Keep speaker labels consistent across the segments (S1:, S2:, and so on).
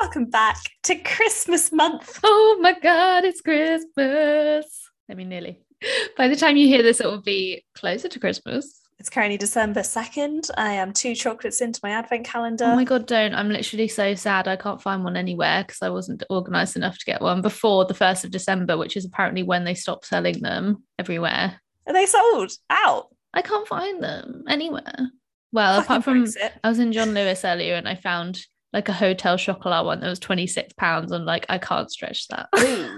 S1: welcome back to Christmas month.
S2: Oh my God, it's Christmas. I mean, nearly. By the time you hear this, it will be closer to Christmas.
S1: It's currently December 2nd. I am two chocolates into my advent calendar.
S2: Oh my God, don't. I'm literally so sad. I can't find one anywhere because I wasn't organized enough to get one before the 1st of December, which is apparently when they stop selling them everywhere.
S1: Are they sold out?
S2: I can't find them anywhere. Well,
S1: Fucking
S2: apart from
S1: Brexit.
S2: I was in John Lewis earlier and I found like a hotel chocolate one that was 26 pounds. I'm like, I can't stretch that.
S1: Ooh.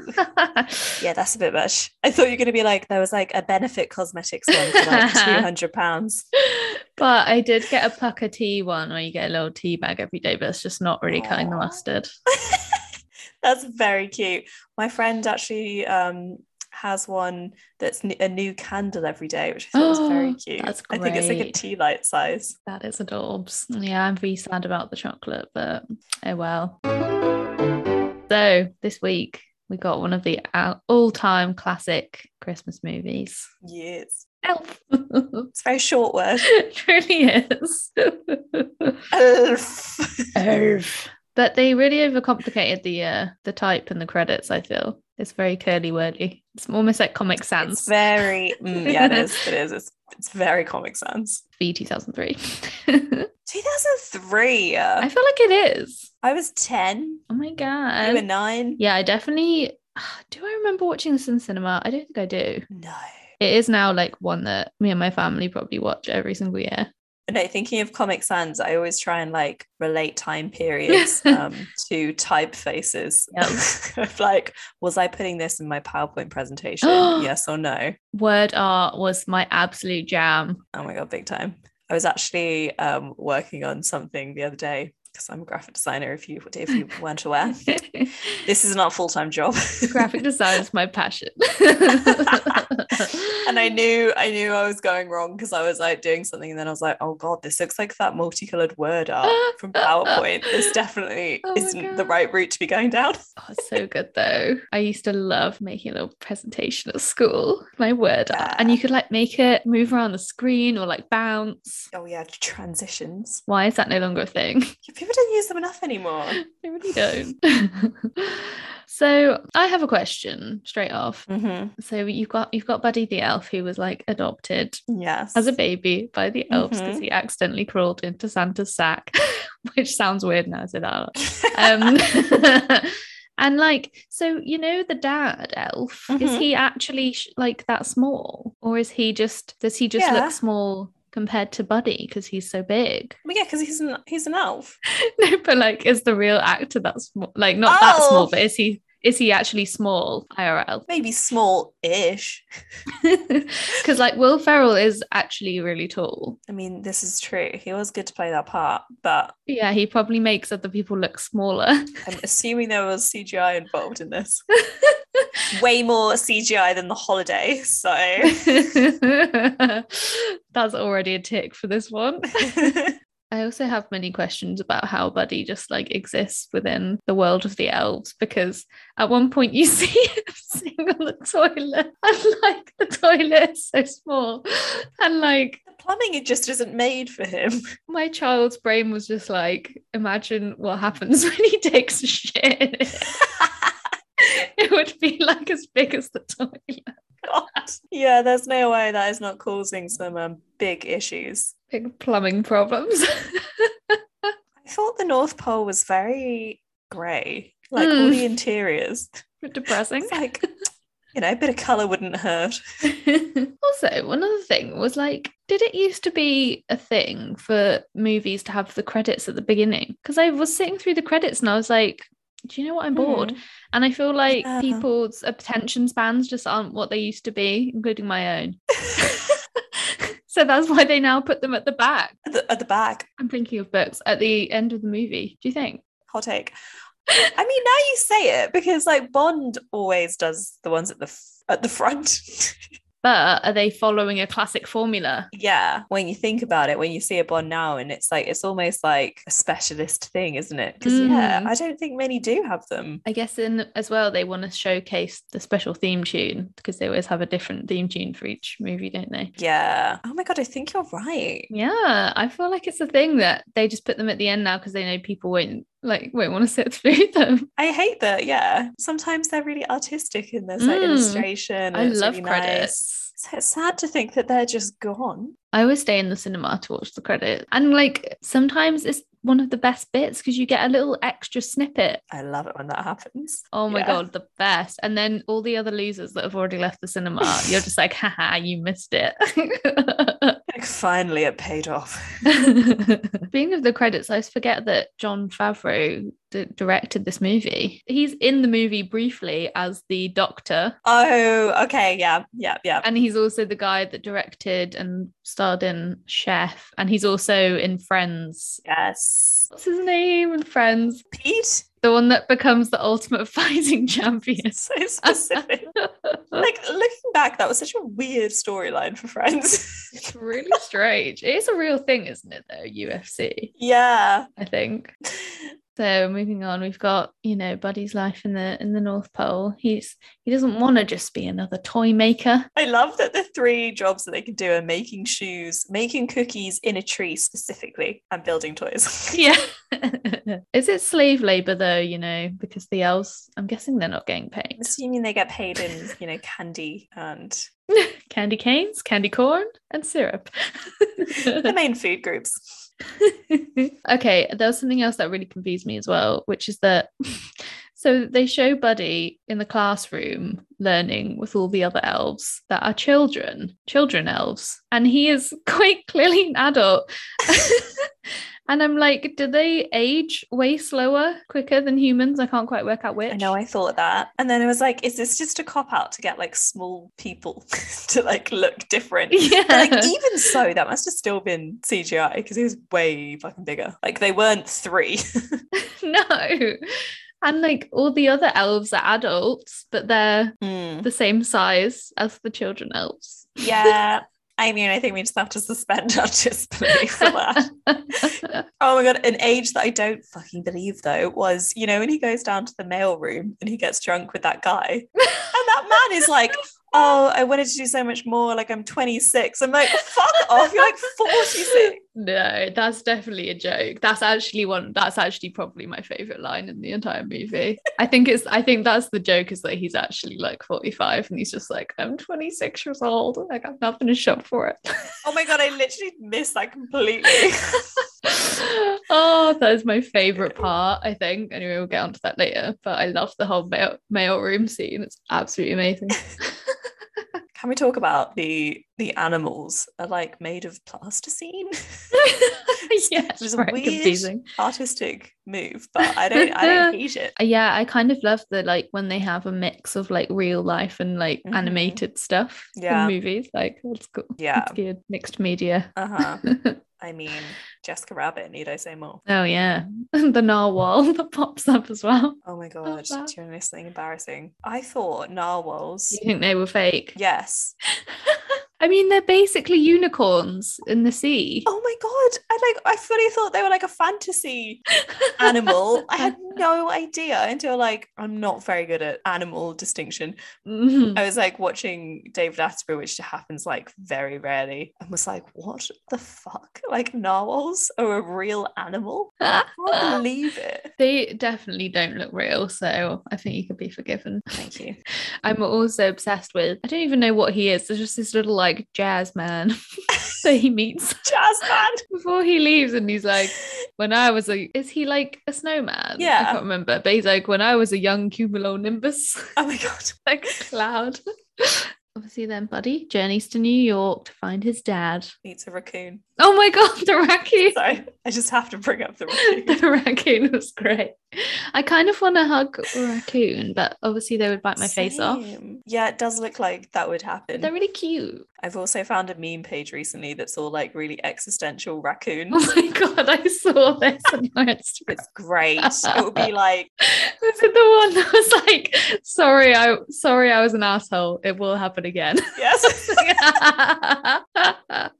S1: Yeah, that's a bit much. I thought you were going to be like, there was like a benefit cosmetics one for like £200.
S2: but I did get a pucker tea one where you get a little tea bag every day, but it's just not really cutting the
S1: Aw.
S2: mustard.
S1: That's very cute. My friend actually um, has one that's n- a new candle every day, which I thought was very
S2: Oh,
S1: cute.
S2: that's
S1: I think it's like a
S2: great.
S1: tea light size.
S2: That is adorbs. Yeah, I'm really sad about the chocolate, but oh well. So this week we got one of the al- all-time classic Christmas movies.
S1: Yes.
S2: Elf.
S1: It's a very short word.
S2: it really is.
S1: Elf.
S2: Elf. But they really overcomplicated the uh, the type and the credits. I feel it's very curly wordy. It's almost like Comic
S1: It's
S2: Sans.
S1: very, mm, yeah, it is. It is. It's, it's very Comic Sans.
S2: V two thousand three. I
S1: 2003. uh,
S2: feel like it is.
S1: I was 10.
S2: Oh my
S1: You
S2: god.
S1: were nine.
S2: Yeah, I definitely. Do I remember watching this in cinema? I don't think I do.
S1: No.
S2: It is now like one that me and my family probably watch every single year.
S1: No, thinking of Comic Sans, I always try and like relate time periods um, to typefaces. Of like, was I putting this in my PowerPoint presentation? yes or no?
S2: Word art was my absolute jam.
S1: Oh my God, big time. I was actually um, working on something the other day because I'm a graphic designer, if you, if you weren't aware. This is not a full time job.
S2: Graphic design is my passion.
S1: and I knew I knew I was going wrong because I was like doing something and then I was like, oh god, this looks like that multicolored word art from PowerPoint. this definitely
S2: Oh my
S1: isn't the
S2: God.
S1: right route to be going down.
S2: Oh, it's so good though. I used to love making a little presentation at school, my word art. And you could like make it move around the screen or like bounce.
S1: Oh yeah, transitions.
S2: Why is that no longer a thing?
S1: Yeah, People don't use them enough anymore.
S2: I really don't. so I have a question straight off.
S1: Mm-hmm.
S2: So you've got you've got Buddy the elf who was like adopted
S1: Yes.
S2: as a baby by the elves because
S1: Mhm.
S2: he accidentally crawled into Santa's sack, which sounds weird now. I said that. out loud. Um, and like, so you know, the dad elf is
S1: Mhm.
S2: he actually sh- like that small, or is he just does he just
S1: Yeah.
S2: look small compared to Buddy because he's so big?
S1: well, yeah, because he's an he's an elf.
S2: no, but like, is the real actor that small? Like, not that
S1: Oh.
S2: small, but is he? Is he actually small IRL?
S1: Maybe small-ish.
S2: Because like Will Ferrell is actually really tall.
S1: I mean, this is true. He was good to play that part, but
S2: Yeah, he probably makes other people look smaller.
S1: I'm assuming there was CGI involved in this. Way more CGI than the holiday. So
S2: That's already a tick for this one. I also have many questions about how Buddy just like exists within the world of the elves because at one point you see him sitting on the toilet and like the toilet is so small and like
S1: the plumbing it just isn't made for him.
S2: my child's brain was just like imagine what happens when he takes a shit in it. it would be like as big as the toilet.
S1: God. Yeah, there's no way that is not causing some um, big issues.
S2: big plumbing problems.
S1: I thought the North Pole was very grey, like all
S2: Mm.
S1: the interiors.
S2: Depressing.
S1: It's like, you know, a bit of colour wouldn't hurt.
S2: also, one other thing was like, did it used to be a thing for movies to have the credits at the beginning? Because I was sitting through the credits and I was like, do you know what? I'm bored.
S1: Mm.
S2: And I feel like
S1: Yeah.
S2: people's attention spans just aren't what they used to be, including my own. so that's why they now put them at the back.
S1: At the, at the back,
S2: I'm thinking of books at the end of the movie. Do you think?
S1: hot take. I mean, now you say it because like Bond always does the ones at the f- at the front.
S2: But are they following a classic formula?
S1: yeah, when you think about it, when you see a Bond now, and it's like it's almost like a specialist thing, isn't it? Because yeah,
S2: Mhm.
S1: I don't think many do have them.
S2: I guess in as well they want to showcase the special theme tune because they always have a different theme tune for each movie, don't they?
S1: Yeah. Oh my god, I think you're right.
S2: Yeah, I feel like it's a thing that they just put them at the end now because they know people won't like won't want to sit through them.
S1: I hate that. Yeah. Sometimes they're really artistic in this like
S2: Mm.
S1: illustration. and
S2: I
S1: it's
S2: love
S1: really nice.
S2: credits.
S1: So it's sad to think that they're just gone.
S2: I always stay in the cinema to watch the credits. And like sometimes it's one of the best bits because you get a little extra snippet.
S1: I love it when that happens.
S2: Oh my
S1: Yeah.
S2: god, the best. And then all the other losers that have already left the cinema, you're just like, haha, you missed it.
S1: Like, finally, it paid off.
S2: Being of the credits, I always forget that John Favreau d- directed this movie. He's in the movie briefly as the doctor,
S1: Oh, okay. Yeah. Yeah. Yeah.
S2: and he's also the guy that directed and starred in Chef, and he's also in Friends.
S1: Yes.
S2: What's his name in Friends?
S1: Pete,
S2: The one that becomes the ultimate fighting champion.
S1: so specific. like, looking back, that was such a weird storyline for friends.
S2: It's really strange. It is a real thing, isn't it, though? UFC,
S1: yeah.
S2: I think. So moving on, we've got, you know, Buddy's life in the in the North Pole. He's he doesn't want to just be another toy maker.
S1: I love that the three jobs that they can do are making shoes, making cookies in a tree specifically, and building toys.
S2: Yeah. is it slave labor though, you know, because the elves I'm guessing they're not getting
S1: I'm
S2: paid.
S1: assuming they get paid in, you know, candy and
S2: Candy canes, candy corn, and syrup.
S1: the main food groups.
S2: okay, there was something else that really confused me as well, which is that so they show Buddy in the classroom learning with all the other elves that are children, children elves, and he is quite clearly an adult. and I'm like, do they age way slower, quicker than humans? I can't quite work out which.
S1: I know I thought that. And then I was like, is this just a cop out to get like small people to like look different?
S2: yeah.
S1: But, like even so, that must have still been CGI because he was way fucking bigger. Like they weren't three.
S2: no. And like all the other elves are adults, but they're the same size as the children elves.
S1: Yeah. I mean, I think we just have to suspend our disbelief for that. oh my god, an age that I don't fucking believe though was, you know, when he goes down to the mail room and he gets drunk with that guy. And that man is like, Oh, I wanted to do so much more, like I'm 26. I'm like, fuck off, you're like 46.
S2: no, that's definitely a joke. That's actually one. That's actually probably my favorite line in the entire movie. I think it's. I think that's the joke is that he's actually like forty five and he's just like I'm twenty six years old. Like I'm not going to shop for it.
S1: Oh my god, I literally missed that completely.
S2: oh, that is my favorite part. I think. Anyway, we'll get onto that later. But I love the whole mail mail room scene. It's absolutely amazing.
S1: Can we talk about the the animals are like made of plasticine?
S2: yeah, it's
S1: It's
S2: right,
S1: weird.
S2: confusing.
S1: Artistic move, but I don't I don't hate it.
S2: Uh, yeah i kind of love the like when they have a mix of like real life and like
S1: Mhm.
S2: animated stuff
S1: Yeah.
S2: in movies like that's cool
S1: Yeah.
S2: it's good mixed media
S1: Uh-huh.
S2: oh
S1: I mean, Jessica Rabbit, need I say more?
S2: yeah the narwhal that pops up as well
S1: Oh my god, do you
S2: wow.
S1: want to know something embarrassing? I thought narwhals.
S2: you think they were fake
S1: Yes.
S2: i mean they're basically unicorns in the sea
S1: Oh my god. I like I fully thought they were like a fantasy animal. I had no idea until like I'm not very good at animal distinction.
S2: Mhm.
S1: I was like watching David Attenborough, which happens like very rarely, and was like, what the fuck? Like narwhals are a real animal? I can't believe it.
S2: they definitely don't look real so i think you could be forgiven
S1: Thank you.
S2: I'm also obsessed with. I don't even know what he is. There's just this little like jazz man that he meets
S1: Jazz man.
S2: before he leaves, and he's like, "When I was a, is he like a snowman?
S1: Yeah.
S2: I can't remember." But he's like, "When I was a young cumulonimbus,
S1: Oh my god.
S2: like a cloud." Obviously, then Buddy journeys to New York to find his dad.
S1: Eats a raccoon.
S2: Oh my god, the raccoon!
S1: Sorry, I just have to bring up the raccoon.
S2: the raccoon was great. I kind of want to hug a raccoon, but obviously they would bite my face off.
S1: Same. Yeah, it does look like that would happen.
S2: They're really cute.
S1: I've also found a meme page recently that's all like really existential
S2: Oh
S1: raccoons.
S2: my god, I saw this on my Instagram.
S1: it's great. It would be like,
S2: Was it the one that was like, sorry, I sorry I was an asshole. It will happen again.
S1: yes.
S2: yeah.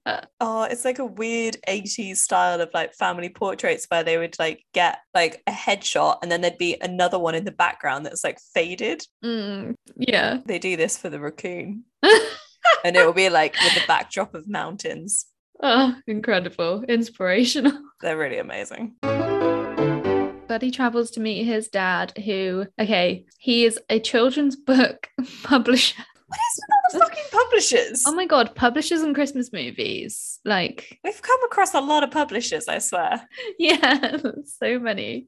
S1: Oh, it's like a weird 80s style of like family portraits where they would like get like a headshot and then there'd be another one in the background that's like faded.
S2: Mm, yeah.
S1: They do this for the raccoon. and it will be like with the backdrop of mountains.
S2: Oh, incredible. Inspirational.
S1: They're really amazing.
S2: But Buddy travels to meet his dad, who, okay, he is a children's book publisher.
S1: What is with all the fucking publishers?
S2: Oh my God, publishers and Christmas movies. Like,
S1: We've come across a lot of publishers, I swear.
S2: yeah, so many.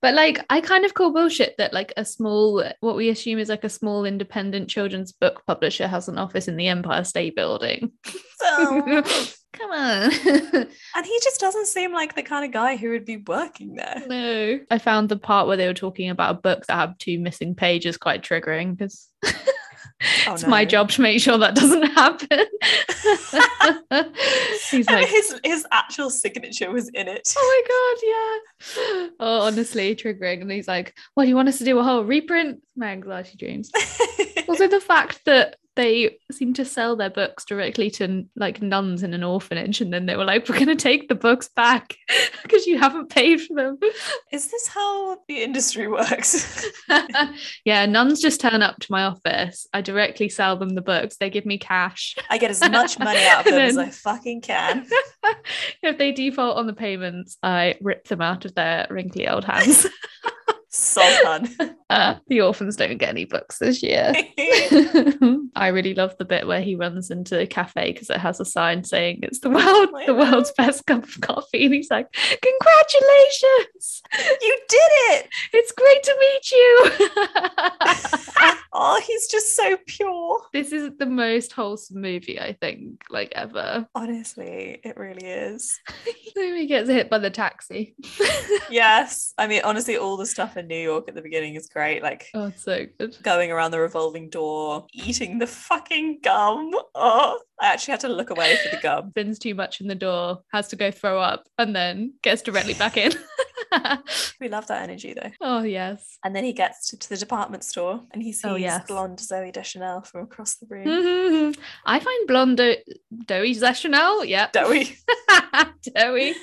S2: But like, I kind of call bullshit that like a small, what we assume is like a small independent children's book publisher has an office in the Empire State Building.
S1: So,
S2: Come on.
S1: and he just doesn't seem like the kind of guy who would be working there.
S2: no. I found the part where they were talking about a book that had two missing pages quite triggering because
S1: Oh,
S2: it's
S1: no.
S2: my job to make sure that doesn't happen. He's
S1: And
S2: like,
S1: his his actual signature was in it.
S2: Oh my god, yeah. Oh, honestly, triggering. And he's like, "What do you want us to do? A whole reprint?" My anxiety dreams. also, the fact that they seem to sell their books directly to like nuns in an orphanage, and then they were like, "We're going to take the books back because you haven't paid for them."
S1: Is this how the industry works?
S2: yeah, nuns just turn up to my office. I directly sell them the books. They give me cash.
S1: I get as much money out of them as I fucking can.
S2: if they default on the payments, I rip them out of their wrinkly old hands.
S1: So fun.
S2: Uh, the orphans don't get any books this year. I really love the bit where he runs into a cafe because it has a sign saying it's the world, the world's best cup of coffee, and he's like, "Congratulations!
S1: you did it!
S2: It's great to meet you."
S1: Oh, he's just so pure.
S2: this is the most wholesome movie I think, like ever.
S1: Honestly, it really is.
S2: Then he gets hit by the taxi.
S1: Yes. I mean, honestly, all the stuff in New York at the beginning is great. Like
S2: Oh, it's so good.
S1: going around the revolving door, eating the fucking gum. Oh, I actually had to look away for the gum.
S2: Spins too much in the door, has to go throw up, and then gets directly back in.
S1: We love that energy though.
S2: oh yes.
S1: And then he gets to, to the department store and he sees
S2: Oh, yes.
S1: blonde Zoe Deschanel from across the room.
S2: Mhm. I find blonde do- doughy Chanel. Yeah.
S1: Zoe,
S2: doughy.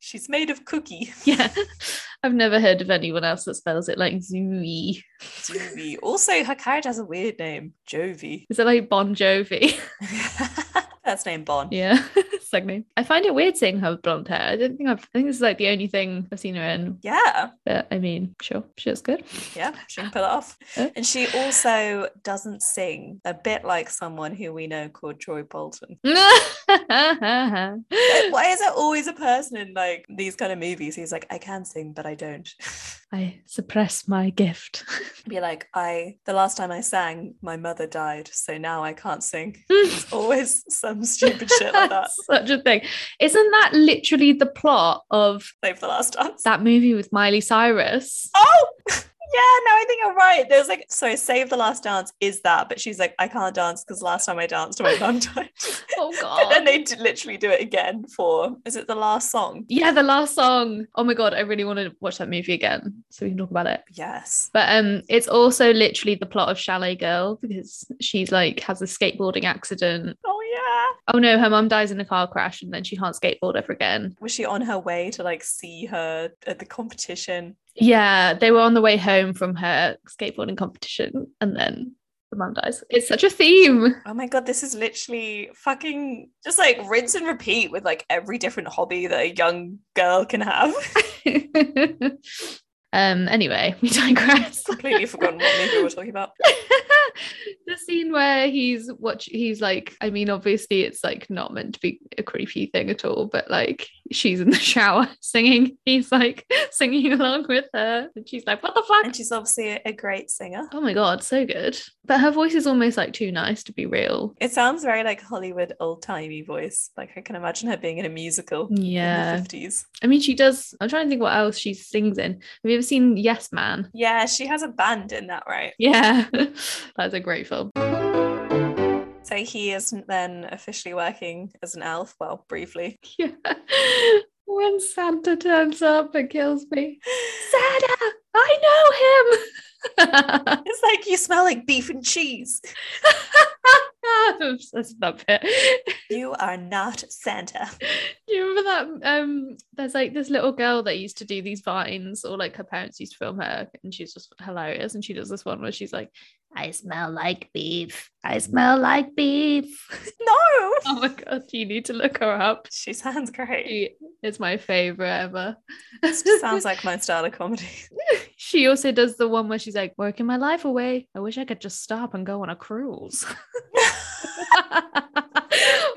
S1: she's made of cookie.
S2: Yeah. I've never heard of anyone else that spells it like Zooey.
S1: Zoe. Also, her character has a weird name, Jovi.
S2: Is it like Bon Jovi?
S1: That's name Bon.
S2: yeah. Second I find it weird seeing her with blonde hair. I don't think I've I think this is like the only thing I've seen her in.
S1: Yeah,
S2: But I mean, sure, she looks good.
S1: yeah, she can pull it off.
S2: Yeah.
S1: And she also doesn't sing, a bit like someone who we know called Troy Bolton. Why is there always a person in like these kind of movies who's like, I can sing, but I don't?
S2: I suppress my gift.
S1: Be like, I, the last time I sang, my mother died, so now I can't sing. It's always some stupid shit like that.
S2: Such a thing. Isn't that literally the plot of
S1: Save the last dance.
S2: that movie with Miley Cyrus?
S1: Oh, yeah, no, I think I'm right. There's like, so Save the Last Dance is that, but she's like, I can't dance because last time I danced, my mum died.
S2: Oh
S1: But then
S2: god.
S1: they d- literally do it again for, is it the last song?
S2: Yeah, the last song. Oh my god, I really want to watch that movie again so we can talk about it.
S1: Yes.
S2: But um it's also literally the plot of Chalet Girl because she's like has a skateboarding accident.
S1: Oh, yeah.
S2: Oh no, her mum dies in a car crash and then she can't skateboard ever again.
S1: Was she on her way to like see her at the competition?
S2: Yeah, they were on the way home from her skateboarding competition and then the mum dies. It's such a theme.
S1: Oh my God, this is literally fucking just like rinse and repeat with like every different hobby that a young girl can have.
S2: um anyway, we digress.
S1: Completely forgotten what movie we're talking about.
S2: the scene where he's watch he's like i mean obviously it's like not meant to be a creepy thing at all but like she's in the shower singing he's like singing along with her and she's like what the
S1: And
S2: fuck
S1: she's obviously a- a great singer.
S2: oh my god so good but her voice is almost like too nice to be real
S1: It sounds very like Hollywood old timey voice. Like I can imagine her being in a musical in the
S2: yeah
S1: 50s.
S2: i mean she does i'm trying to think what else she sings in have you ever seen yes man
S1: Yeah, she has a band in that, right?
S2: yeah that's a great film
S1: So he is then officially working as an elf, well, briefly.
S2: yeah when santa turns up it kills me Santa, I know him.
S1: It's like you smell like beef and cheese.
S2: I'm obsessed with that bit.
S1: You are not Santa.
S2: Do you remember that? Um, there's like this little girl that used to do these vines, or like her parents used to film her, and she's just hilarious. And she does this one where she's like, "I smell like beef. I smell like beef."
S1: No.
S2: oh my god, you need to look her up.
S1: She sounds great.
S2: She It's my favorite ever.
S1: It sounds like my style of comedy.
S2: she also does the one where she's like, working my life away. I wish I could just stop and go on a cruise. oh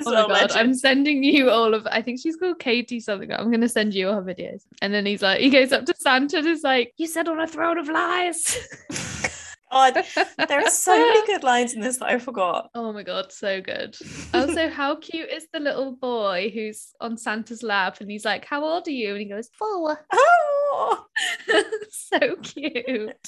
S2: my
S1: all
S2: god,
S1: legend.
S2: I'm sending you all of I think she's called Katie something. I'm gonna send you all her videos. And then he's like, he goes up to Santa and is like, You said on a throne of lies.
S1: God, Oh, there are so many good lines in this that I forgot.
S2: Oh my god, so good. Also, how cute is the little boy who's on Santa's lap and he's like, How old are you? And he goes, Four.
S1: oh,
S2: so cute.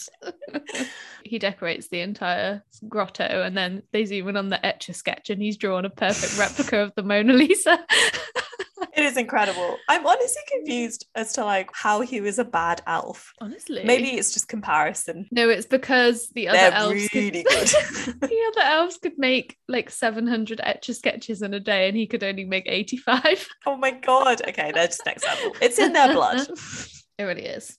S2: he decorates the entire grotto and then they zoom in on the etch a sketch and he's drawn a perfect replica of the Mona Lisa.
S1: it is incredible. I'm honestly confused as to like how he was a bad elf.
S2: Honestly.
S1: Maybe it's just comparison.
S2: No, it's because the other
S1: They're
S2: elves
S1: really
S2: could-
S1: good.
S2: the other elves could make like 700 etch a sketches in a day and he could only make 85.
S1: Oh my god. Okay, that's just next level. It's in their blood.
S2: it really is.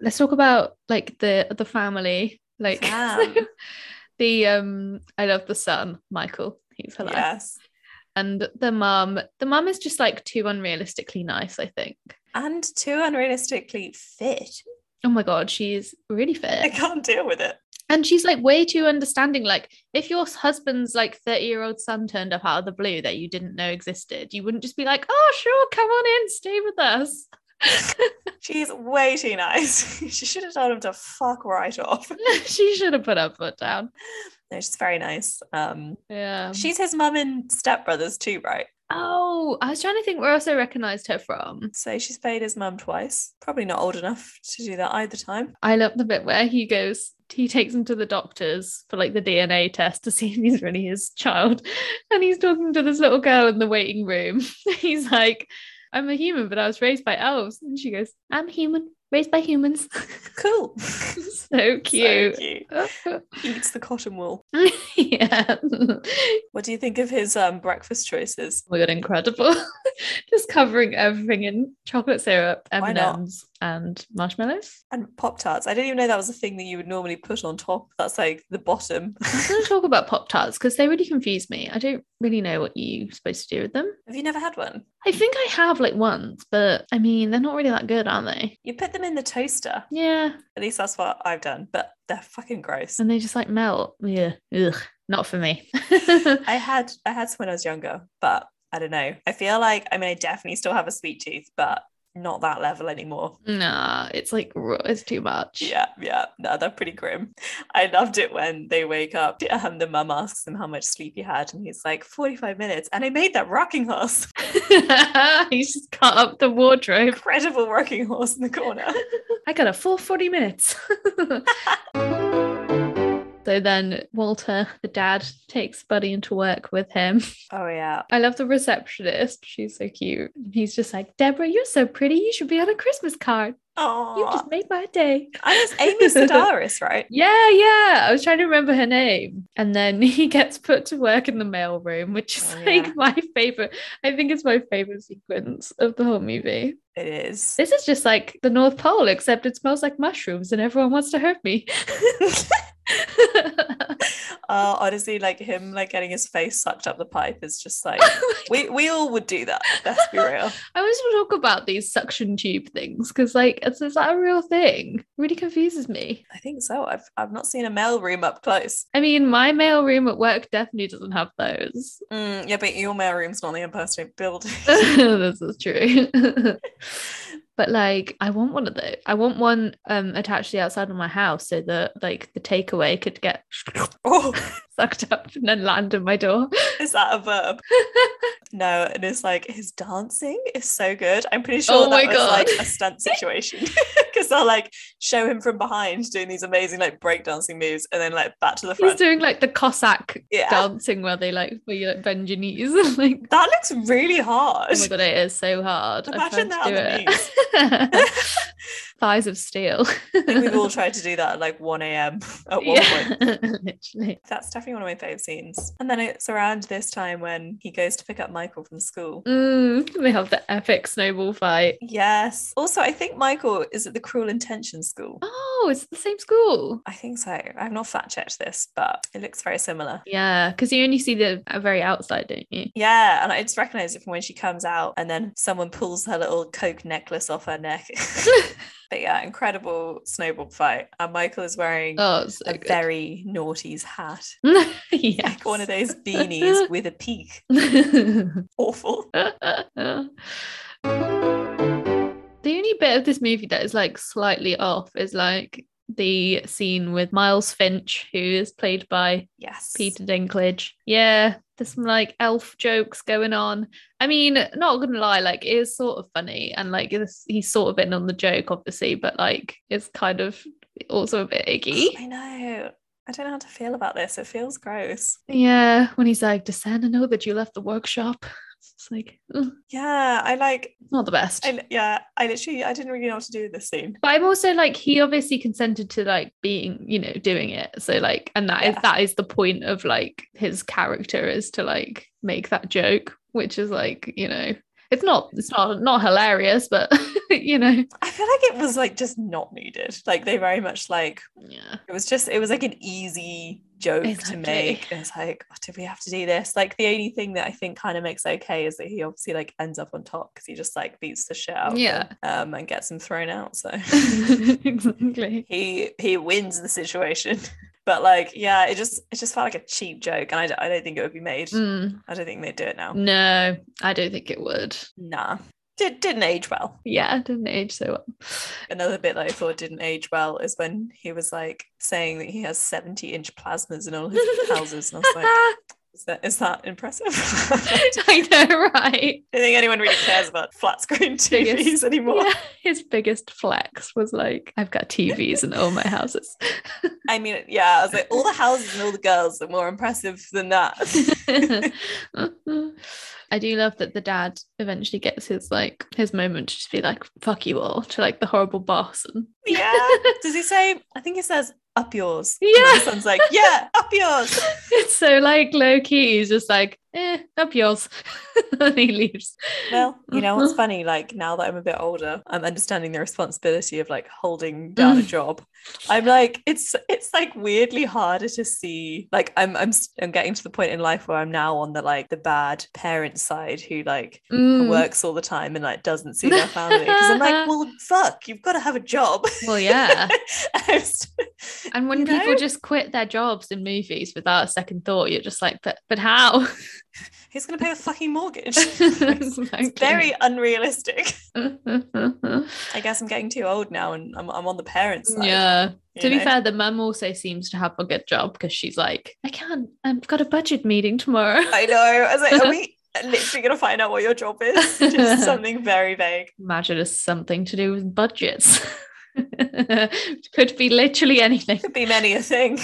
S2: Let's talk about like the the family. Like
S1: Fam.
S2: the um I love the son, Michael. He's hilarious.
S1: Yes.
S2: And the mum, the mum is just like too unrealistically nice, I think.
S1: And too unrealistically fit.
S2: Oh my god, she's really fit.
S1: I can't deal with it.
S2: And she's like way too understanding. Like, if your husband's like 30 year old son turned up out of the blue that you didn't know existed, you wouldn't just be like, oh, sure, come on in, stay with us.
S1: She's way too nice. she should have told him to fuck right off.
S2: she should have put her foot down.
S1: No, she's very nice. Um,
S2: Yeah.
S1: she's his mum and stepbrothers too, right?
S2: oh, I was trying to think where else I recognized her from.
S1: So she's played his mum twice. Probably not old enough to do that either time.
S2: I love the bit where he goes, he takes him to the doctors for like the DNA test to see if he's really his child. And he's talking to this little girl in the waiting room. he's like, I'm a human, but I was raised by elves. And she goes, I'm human, raised by humans.
S1: Cool.
S2: so cute.
S1: So cute. Eats the cotton wool.
S2: yeah. Oh
S1: What do you think of his um, breakfast choices?
S2: my god, incredible. Just covering everything in chocolate syrup,
S1: Why not?
S2: M&Ms and marshmallows.
S1: And Pop Tarts. I didn't even know that was a thing that you would normally put on top. That's like the bottom.
S2: I was going to talk about Pop Tarts because they really confuse me. I don't really know what you're supposed to do with them.
S1: Have you never had one?
S2: I think I have like once, but I mean, they're not really that good, are they?
S1: You put them in the toaster.
S2: Yeah.
S1: At least that's what I've done, but they're fucking gross.
S2: And they just like melt. Yeah. Ugh. Not for me.
S1: I had I had some when I was younger, but I don't know. I feel like I mean I definitely still have a sweet tooth, but not that level anymore.
S2: nah, it's like, ru- it's too much.
S1: Yeah, yeah, no, they're pretty grim. I loved it when they wake up. Um, the mum asks him how much sleep he had, and he's like, 45 minutes. And I made that rocking horse,
S2: He's just cut up the wardrobe.
S1: incredible rocking horse in the corner.
S2: I got a full 40 minutes. so then Walter, the dad, takes Buddy into work with him.
S1: Oh, yeah.
S2: I love the receptionist. She's so cute. He's just like, Deborah, you're so pretty. You should be on a Christmas card. You
S1: Oh,
S2: just made my day.
S1: and it's Amy Sedaris, right?
S2: Yeah, yeah. I was trying to remember her name. And then he gets put to work in the mailroom, which is
S1: Oh,
S2: like
S1: yeah.
S2: my favorite. I think it's my favorite sequence of the whole movie.
S1: It is.
S2: This is just like the North Pole, except it smells like mushrooms and everyone wants to hurt me.
S1: Uh, honestly, like him, like getting his face sucked up the pipe is just like we we all would do that. Let's be real.
S2: I always talk about these suction tube things because, like, is, is that a real thing? Really confuses me.
S1: I think so. I've I've not seen a mail room up close.
S2: I mean, my mailroom at work definitely doesn't have those.
S1: Mm, yeah, but your mail room's not the impersonate building.
S2: this is true. but like I want one of those. I want one um attached to the outside of my house so that like the takeaway could get
S1: oh,
S2: sucked up and then land in my door.
S1: is that a verb? no, and it's like his dancing is so good. I'm pretty sure
S2: Oh
S1: that
S2: my
S1: was
S2: God.
S1: like a stunt situation because they'll like show him from behind doing these amazing like breakdancing moves and then like back to the
S2: He's
S1: front.
S2: doing like the Cossack
S1: Yeah,
S2: dancing where they like where you like bend your knees and like
S1: that looks really hard.
S2: oh my god, it is so hard. I've
S1: Imagine
S2: tried to
S1: that
S2: do it. Thighs of steel.
S1: I think we've all tried to do that at like 1 a.m. at one point.
S2: literally.
S1: That's definitely one of my favourite scenes. And then it's around this time when he goes to pick up Michael from school.
S2: Mm, they have the epic snowball fight.
S1: Yes. Also, I think Michael is at the Cruel Intention School.
S2: Oh, Oh, it's the same school.
S1: I think so. I've not fact checked this, but it looks very similar.
S2: Yeah, because you only see the uh, very outside, don't you?
S1: Yeah, and I just recognize it from when she comes out and then someone pulls her little coke necklace off her neck. but yeah, incredible snowball fight. And Michael is wearing
S2: Oh, it's so
S1: a
S2: good.
S1: very naughty's hat.
S2: yes.
S1: Like one of those beanies with a peak. Awful.
S2: the only bit of this movie that is like slightly off is like the scene with Miles Finch, who is played by
S1: Yes.
S2: Peter Dinklage. Yeah, there's some like elf jokes going on. I mean, not gonna lie, like it is sort of funny and like it's, he's sort of in on the joke, obviously, but like it's kind of also a bit icky.
S1: I know. I don't know how to feel about this. It feels gross.
S2: Yeah, when he's like, "Does Santa know that you left the workshop?" It's like ugh,
S1: Yeah, I like
S2: not the best.
S1: I yeah, I literally I didn't really know what to do with this scene.
S2: But I'm also like he obviously consented to like being, you know, doing it. So like, and that is
S1: Yeah.
S2: that is the point of like his character is to like make that joke, which is like, you know, it's not it's not not hilarious, but you know,
S1: I feel like it was like just not needed. Like they very much like
S2: yeah,
S1: it was just it was like an easy joke
S2: Exactly.
S1: to make. It's like, oh, did we have to do this? Like the only thing that I think kind of makes it okay is that he obviously like ends up on top because he just like beats the shit out of
S2: Yeah.
S1: them, um and gets him thrown out. So
S2: exactly.
S1: he he wins the situation. But like, yeah, it just it just felt like a cheap joke, and I, d- I don't think it would be made.
S2: Mm,
S1: I don't think they'd do it now.
S2: no, I don't think it would.
S1: Nah, did didn't age well.
S2: Yeah, it didn't age so well.
S1: Another bit that I thought didn't age well is when he was like saying that he has seventy inch plasmas in all his houses, and I was like, is that is that impressive? I
S2: I know, right?
S1: don't think anyone really cares about flat screen TVs
S2: Biggest-
S1: anymore.
S2: Yeah, his biggest flex was like, I've got TVs in all my houses.
S1: I mean, yeah, I was like, all the houses and all the girls are more impressive than that.
S2: I do love that the dad eventually gets his like his moment to just be like fuck you all to like the horrible boss and
S1: yeah. Does he say? I think he says up yours. And
S2: Yeah.
S1: my son's like, yeah, up yours.
S2: it's so like low key he's just like eh up yours and he leaves
S1: Well, you know what's
S2: Mhm.
S1: funny? Like now that I'm a bit older, I'm understanding the responsibility of like holding down a
S2: Mm.
S1: job. I'm like, it's it's like weirdly harder to see. Like I'm I'm s- I'm getting to the point in life where I'm now on the like the bad parent side who like
S2: Mm.
S1: works all the time and like doesn't see their family because I'm like, well, fuck, you've got to have a job.
S2: well yeah
S1: I'm s-
S2: and when
S1: You
S2: people
S1: know?
S2: just quit their jobs in movies without a second thought you're just like but but how
S1: Who's gonna pay the fucking mortgage? it's
S2: Exactly.
S1: very unrealistic. I guess I'm getting too old now and I'm I'm on the parents side.
S2: yeah
S1: you
S2: To be
S1: know?
S2: fair, the mum also seems to have a good job because she's like, I can't, I've got a budget meeting tomorrow.
S1: I know. I was like, are we literally gonna find out what your job is? Just something very vague.
S2: Imagine it's something to do with budgets. Could be literally anything.
S1: Could be many a thing.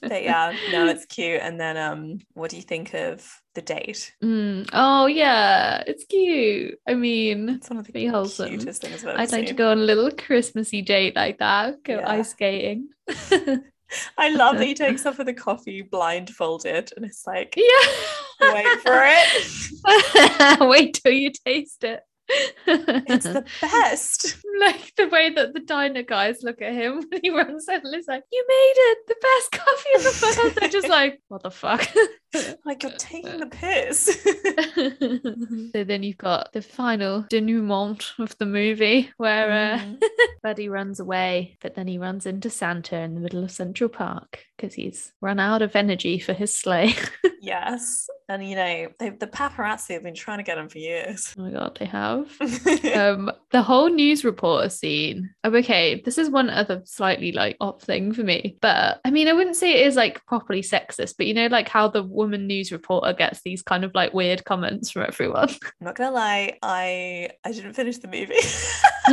S1: But yeah, no, it's cute. And then um, what do you think of the date?
S2: Mm. Oh, yeah, it's cute. I mean,
S1: It's one of the
S2: Pretty wholesome.
S1: cutest things I've ever
S2: I'd like to
S1: seen.
S2: go on a little Christmassy date like that, go
S1: Yeah.
S2: ice skating.
S1: I love that he takes off with a coffee blindfolded and it's like,
S2: yeah.
S1: wait for it.
S2: it. Wait till you taste it.
S1: It's the best.
S2: like the way that the diner guys look at him when he runs out and it's like, You made it, the best coffee in the world. They're just like, What the fuck?
S1: Like you're taking the piss.
S2: so then you've got the final denouement of the movie where uh,
S1: Mhm.
S2: Buddy runs away, but then he runs into Santa in the middle of Central Park because he's run out of energy for his sleigh.
S1: yes. And you know, they, the paparazzi have been trying to get him for years.
S2: oh my god, they have. um the whole news reporter scene oh, okay this is one other slightly like off thing for me but i mean i wouldn't say it is like properly sexist but you know like how the woman news reporter gets these kind of like weird comments from everyone
S1: I'm not gonna lie, I I didn't finish the movie. I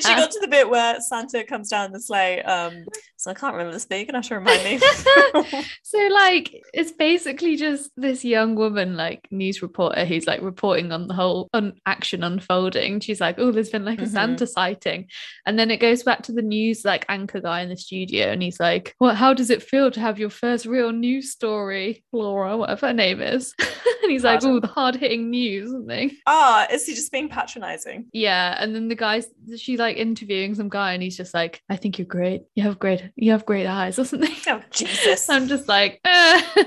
S1: got to the bit where Santa comes down the sleigh. Um, so I can't remember this bit. You're gonna have to remind me.
S2: so like it's basically just this young woman like news reporter who's like reporting on the whole on action unfolding she's like oh there's been like a
S1: Mhm.
S2: santa sighting and then it goes back to the news like anchor guy in the studio and he's like well how does it feel to have your first real news story Flora, whatever her name is. and he's like,
S1: Pardon?
S2: oh, the hard hitting news, something.
S1: Ah, is he just being patronizing?
S2: Yeah. And then the guy's she's like interviewing some guy and he's just like, I think you're great. You have great you have great eyes or something.
S1: Oh, Jesus.
S2: I'm just like, eh.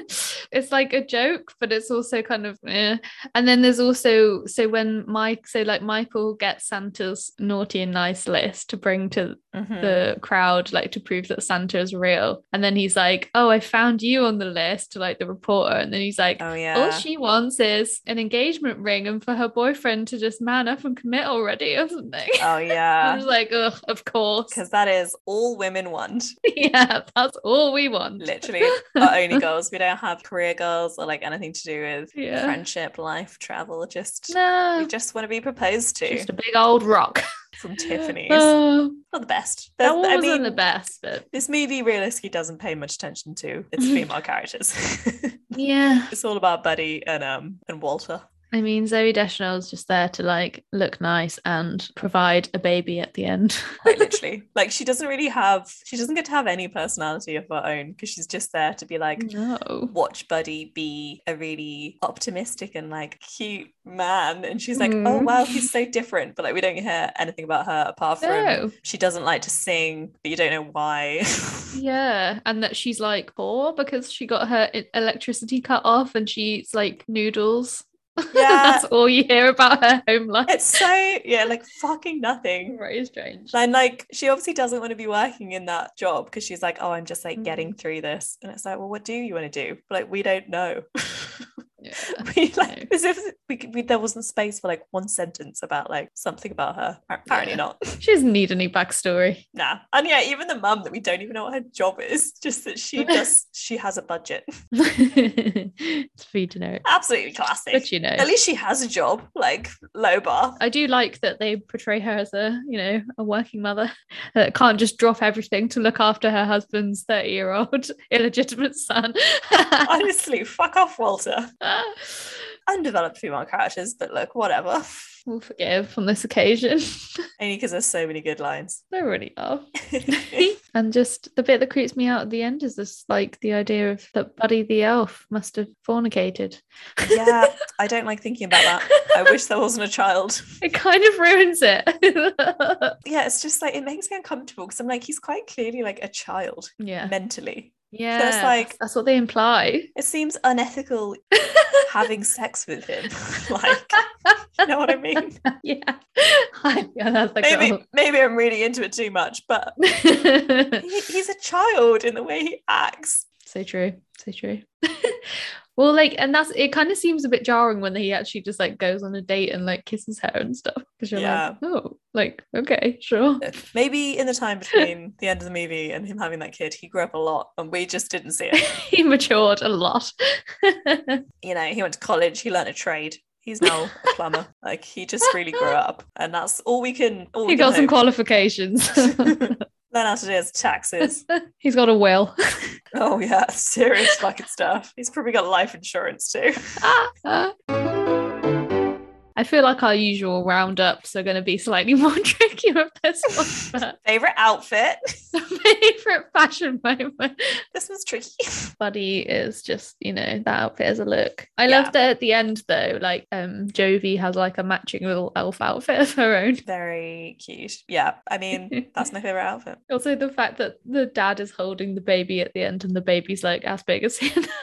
S2: it's like a joke, but it's also kind of eh. And then there's also so when Mike so like Michael gets Santa's naughty and nice list to bring to
S1: Mhm.
S2: the crowd like to prove that Santa is real. And then he's like, Oh, I found you on the list, to, like the reporter. And then he's like,
S1: oh,
S2: All
S1: yeah.
S2: she wants is an engagement ring and for her boyfriend to just man up and commit already or something.
S1: oh,
S2: I
S1: yeah.
S2: was like, Ugh, of course.
S1: Because that is all women want.
S2: yeah, that's all we want.
S1: Literally, our only goals. We don't have career goals or like anything to do with
S2: Yeah.
S1: friendship, life, travel. Just we
S2: No.
S1: just want to be proposed to
S2: Just a big old rock.
S1: from Tiffany's.
S2: Oh,
S1: Not the best.
S2: that
S1: There's-
S2: one
S1: I
S2: wasn't
S1: mean,
S2: the best, but
S1: this movie realistically doesn't pay much attention to its female characters.
S2: yeah.
S1: it's all about Buddy and um and Walter.
S2: I mean, Zoe Deschanel is just there to like look nice and provide a baby at the end.
S1: Quite literally, like she doesn't really have. She doesn't get to have any personality of her own because she's just there to be like.
S2: Mm. no.
S1: Watch Buddy be a really optimistic and like cute man, and she's like, "Oh
S2: Mm.
S1: wow, he's so different." But like, we don't hear anything about her apart from
S2: No.
S1: she doesn't like to sing, but you don't know why.
S2: Yeah, and that she's like poor because she got her e- electricity cut off and she eats like noodles.
S1: yeah,
S2: That's all you hear about her home life.
S1: it's so yeah, like fucking nothing.
S2: very strange.
S1: And like she obviously doesn't want to be working in that job because she's like, oh, I'm just like
S2: Mm.
S1: getting through this. And it's like, well, what do you want to do? But like, we don't know.
S2: Yeah.
S1: we like as if we, could- we there wasn't space for like one sentence about like something about her. Apparently
S2: Yeah.
S1: not.
S2: She doesn't need any backstory.
S1: Nah. And yeah, even the mum that we don't even know what her job is, just that she just she has a budget.
S2: it's for you to know.
S1: Absolutely classic.
S2: But you know.
S1: At least she has a job, like low bar.
S2: I do like that they portray her as a, you know, a working mother that can't just drop everything to look after her husband's 30-year-old illegitimate son.
S1: Honestly, fuck off, Walter. Undeveloped female characters, but look, whatever.
S2: we'll forgive on this occasion.
S1: Only because there's so many good lines.
S2: there really are. and just the bit that creeps me out at the end is this like the idea of that Buddy the elf must have fornicated.
S1: yeah, I don't like thinking about that. I wish there wasn't a child.
S2: it kind of ruins it.
S1: Yeah, it's just like it makes me uncomfortable because I'm like, he's quite clearly like a child
S2: yeah.
S1: mentally.
S2: Yeah.
S1: it's like-
S2: that's what they imply.
S1: It seems unethical having sex with him. like, you know what I mean?
S2: yeah. Highly unethical.
S1: Maybe, maybe I'm reading into it too much, but he, he's a child in the way he acts.
S2: so true. So true. well, like, and that's it kind of seems a bit jarring when he actually just like goes on a date and like kisses her and stuff. Because you're
S1: Yeah.
S2: like, oh, like, okay, sure.
S1: Maybe in the time between the end of the movie and him having that kid, he grew up a lot and we just didn't see it.
S2: he matured a lot.
S1: You know, he went to college, he learned a trade. He's now a plumber. Like he just really grew up. And that's all we can all we
S2: he
S1: can
S2: got some
S1: hope.
S2: qualifications.
S1: Learn how to do his taxes.
S2: He's got a will.
S1: Oh yeah, serious fucking stuff. He's probably got life insurance too.
S2: I feel like our usual roundups are going to be slightly more tricky with this one.
S1: Favorite outfit.
S2: But favorite fashion moment,
S1: This one's tricky.
S2: Buddy is just you know that outfit as a look. I
S1: Yeah.
S2: love that at the end though, like um Jovi has like a matching little elf outfit of her own.
S1: Very cute. Yeah, I mean that's my favorite outfit.
S2: Also, the fact that the dad is holding the baby at the end and the baby's like as big as him.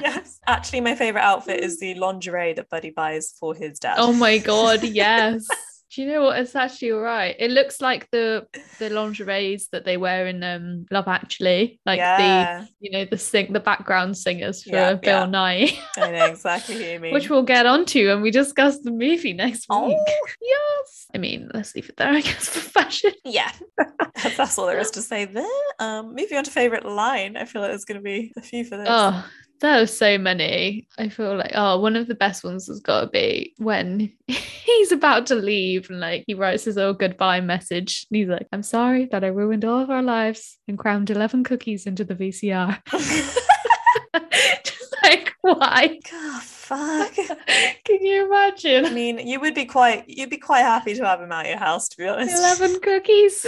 S1: Yes. Actually, my favorite outfit is the lingerie that Buddy buys for his dad.
S2: Oh my god, yes. Do you know what? It's actually all right. It looks like the the lingeries that they wear in um Love Actually, like the you know the sing the background singers for
S1: Yeah,
S2: Bill
S1: yeah.
S2: Nye,
S1: I know exactly who you mean.
S2: which we'll get onto when we discuss the movie next
S1: Oh.
S2: week. Yes. I mean, let's leave it there, I guess, for fashion.
S1: Yeah, that's all there is to say there. Um, moving on to favorite line, I feel like there's going to be a few for this.
S2: Oh, there are so many. I feel like oh, one of the best ones has got to be when he's about to leave and like he writes his old goodbye message. And he's like, "I'm sorry that I ruined all of our lives and crammed eleven cookies into the VCR." Just like, why?
S1: God, fuck.
S2: Can you
S1: I
S2: imagine
S1: mean, you would be quite, you'd be quite happy to have him at your house, to be honest.
S2: eleven cookies?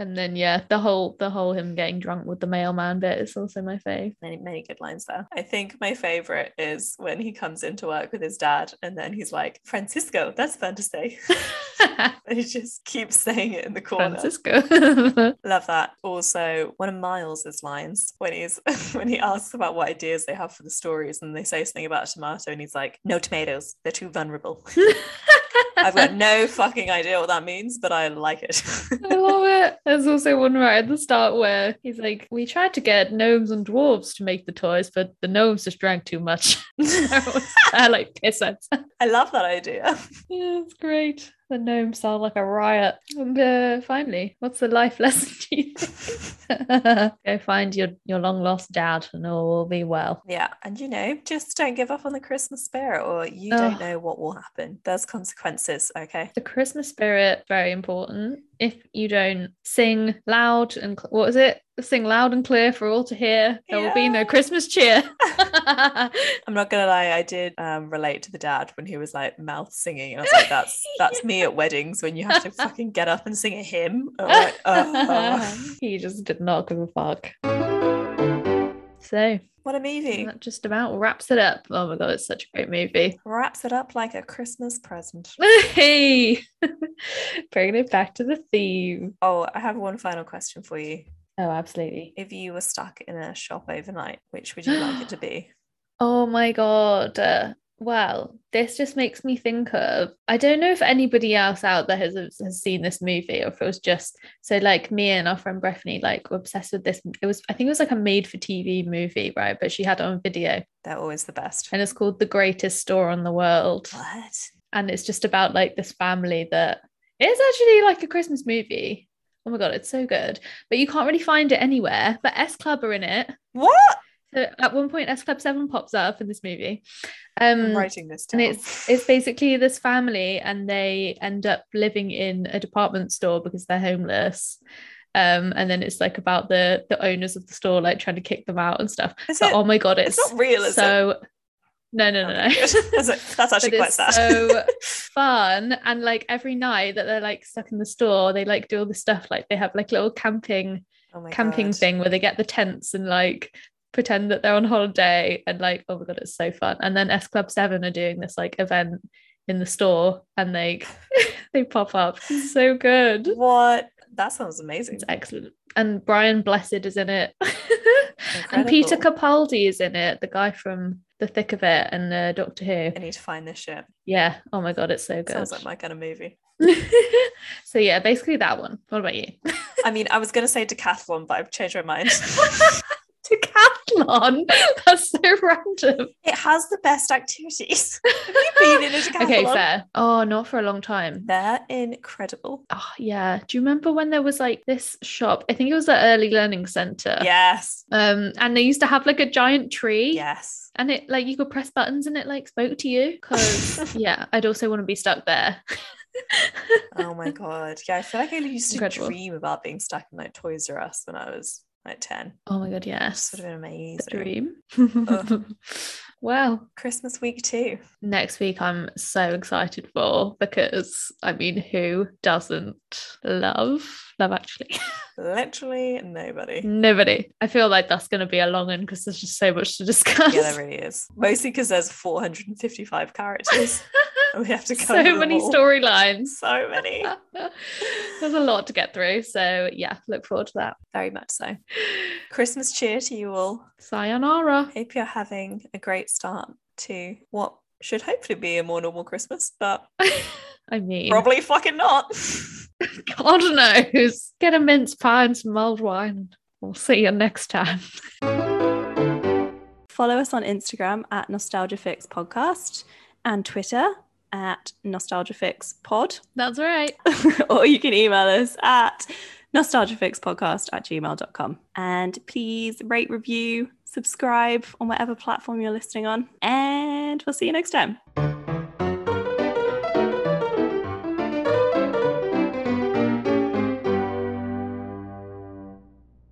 S2: And then yeah, the whole the whole him getting drunk with the mailman bit is also my fave.
S1: Many, many good lines there. I think my favorite is when he comes into work with his dad and then he's like, Francisco, that's fun to say. and he just keeps saying it in the corner.
S2: Francisco.
S1: Love that. Also, one of Miles's lines when he's when he asks about what ideas they have for the stories, and they say something about a tomato, and he's like, "No tomatoes, they're too vulnerable." I've got no fucking idea what that means, but I like it.
S2: I love it. There's also one right at the start where he's like, "We tried to get gnomes and dwarves to make the toys, but the gnomes just drank too much." I like piss it.
S1: I love that idea.
S2: Yeah, it's great. The gnomes sound like a riot. And uh, finally, what's the life lesson? Do you think? Go find your your long lost dad, and all will be well.
S1: Yeah, and you know, just don't give up on the Christmas spirit, or you
S2: Ugh.
S1: don't know what will happen. There's consequences. Okay.
S2: The Christmas spirit very important. If you don't sing loud and cl- what is it? Sing loud and clear for all to hear. There will be no
S1: Yeah.
S2: Christmas cheer.
S1: I'm not gonna lie, I did um, relate to the dad when he was like mouth singing, and I was like, "That's that's me at weddings when you have to fucking get up and sing a hymn." I'm like, "Oh."
S2: he just did not give a fuck. So
S1: What a movie!
S2: that just about wraps it up. Oh my god, it's such a great movie.
S1: Wraps it up like a Christmas present.
S2: hey, bringing it back to the theme.
S1: Oh, I have one final question for you.
S2: Oh, absolutely.
S1: If you were stuck in a shop overnight, which would you like it to be?
S2: Oh my God. Uh, well, this just makes me think of. I don't know if anybody else out there has, has seen this movie or if it was just so, like, me and our friend Breffany, like, were obsessed with this. It was, I think it was like a made for TV movie, right? But she had it on video
S1: They're always the best.
S2: and it's called The Greatest Store in the World.
S1: What?
S2: And it's just about like this family that it is actually like a Christmas movie. Oh my God, it's so good. But you can't really find it anywhere. But S Club are in it.
S1: What?
S2: So at one point, S Club 7 pops up in this movie. Um,
S1: I'm writing this down.
S2: and it's it's basically this family and they end up living in a department store because they're homeless um and then it's like about the the owners of the store like trying to kick them out and stuff
S1: Is
S2: but
S1: it-
S2: oh my god it's,
S1: it's not real, is it?
S2: so no no no no
S1: Okay, good. That's, that's
S2: But
S1: actually quite
S2: it's
S1: sad.
S2: so fun and like every night that they're like stuck in the store they like do all this stuff like they have like little camping
S1: oh my
S2: camping
S1: God.
S2: thing where they get the tents and like pretend that they're on holiday and like oh my god it's so fun and then S Club 7 are doing this like event in the store and they they pop up It's so good
S1: What? That sounds amazing.
S2: it's excellent and Brian Blessed is in it and
S1: Incredible.
S2: Peter Capaldi is in it the guy from The Thick of It and uh, Doctor Who
S1: I need to find this shit.
S2: yeah oh my god it's so good
S1: Sounds like my kind of movie.
S2: so yeah basically that one what about you
S1: I mean, I was going to say decathlon, but I've changed my mind.
S2: Decathlon that's so random
S1: it has the best activities. Have you been in a decathlon?
S2: Okay, fair. Oh, not for a long time.
S1: They're incredible.
S2: Oh, yeah. Do you remember when there was like this shop? I think it was the Early Learning Center.
S1: Yes.
S2: Um, and they used to have like a giant tree.
S1: Yes.
S2: And it like you could press buttons and it like spoke to you. Cause yeah, I'd also want to be stuck there.
S1: Oh my god. Yeah, I feel like I used to
S2: Incredible.
S1: dream about being stuck in like Toys R Us when I was like 10.
S2: oh my god,
S1: This
S2: yes.
S1: would have been amazing.
S2: A dream.
S1: Ugh.
S2: well,
S1: Christmas week too.
S2: next week I'm so excited for because I mean, who doesn't love Love Actually?
S1: Literally
S2: Mm.
S1: nobody.
S2: Nobody. I feel like that's going to be a long one because there's just so much to discuss.
S1: Yeah, there really is. Mostly because there's 455 characters and we have to cover
S2: so
S1: them
S2: many
S1: all.
S2: storylines.
S1: So many.
S2: there's a lot to get through. So, yeah, look forward to that.
S1: Very much so. Christmas cheer to you all.
S2: Sayonara.
S1: Hope you're having a great start to what should hopefully be a more normal Christmas, but
S2: I mean,
S1: probably fucking not.
S2: God knows. Get a mince pie and some mulled wine. We'll see you next time.
S1: Follow us on Instagram at NostalgiaFix Podcast and Twitter at NostalgiaFixPod.
S2: That's right.
S1: or you can email us at nostalgiafixpodcast at gmail.com. And please rate, review, subscribe on whatever platform you're listening on. And we'll see you next time.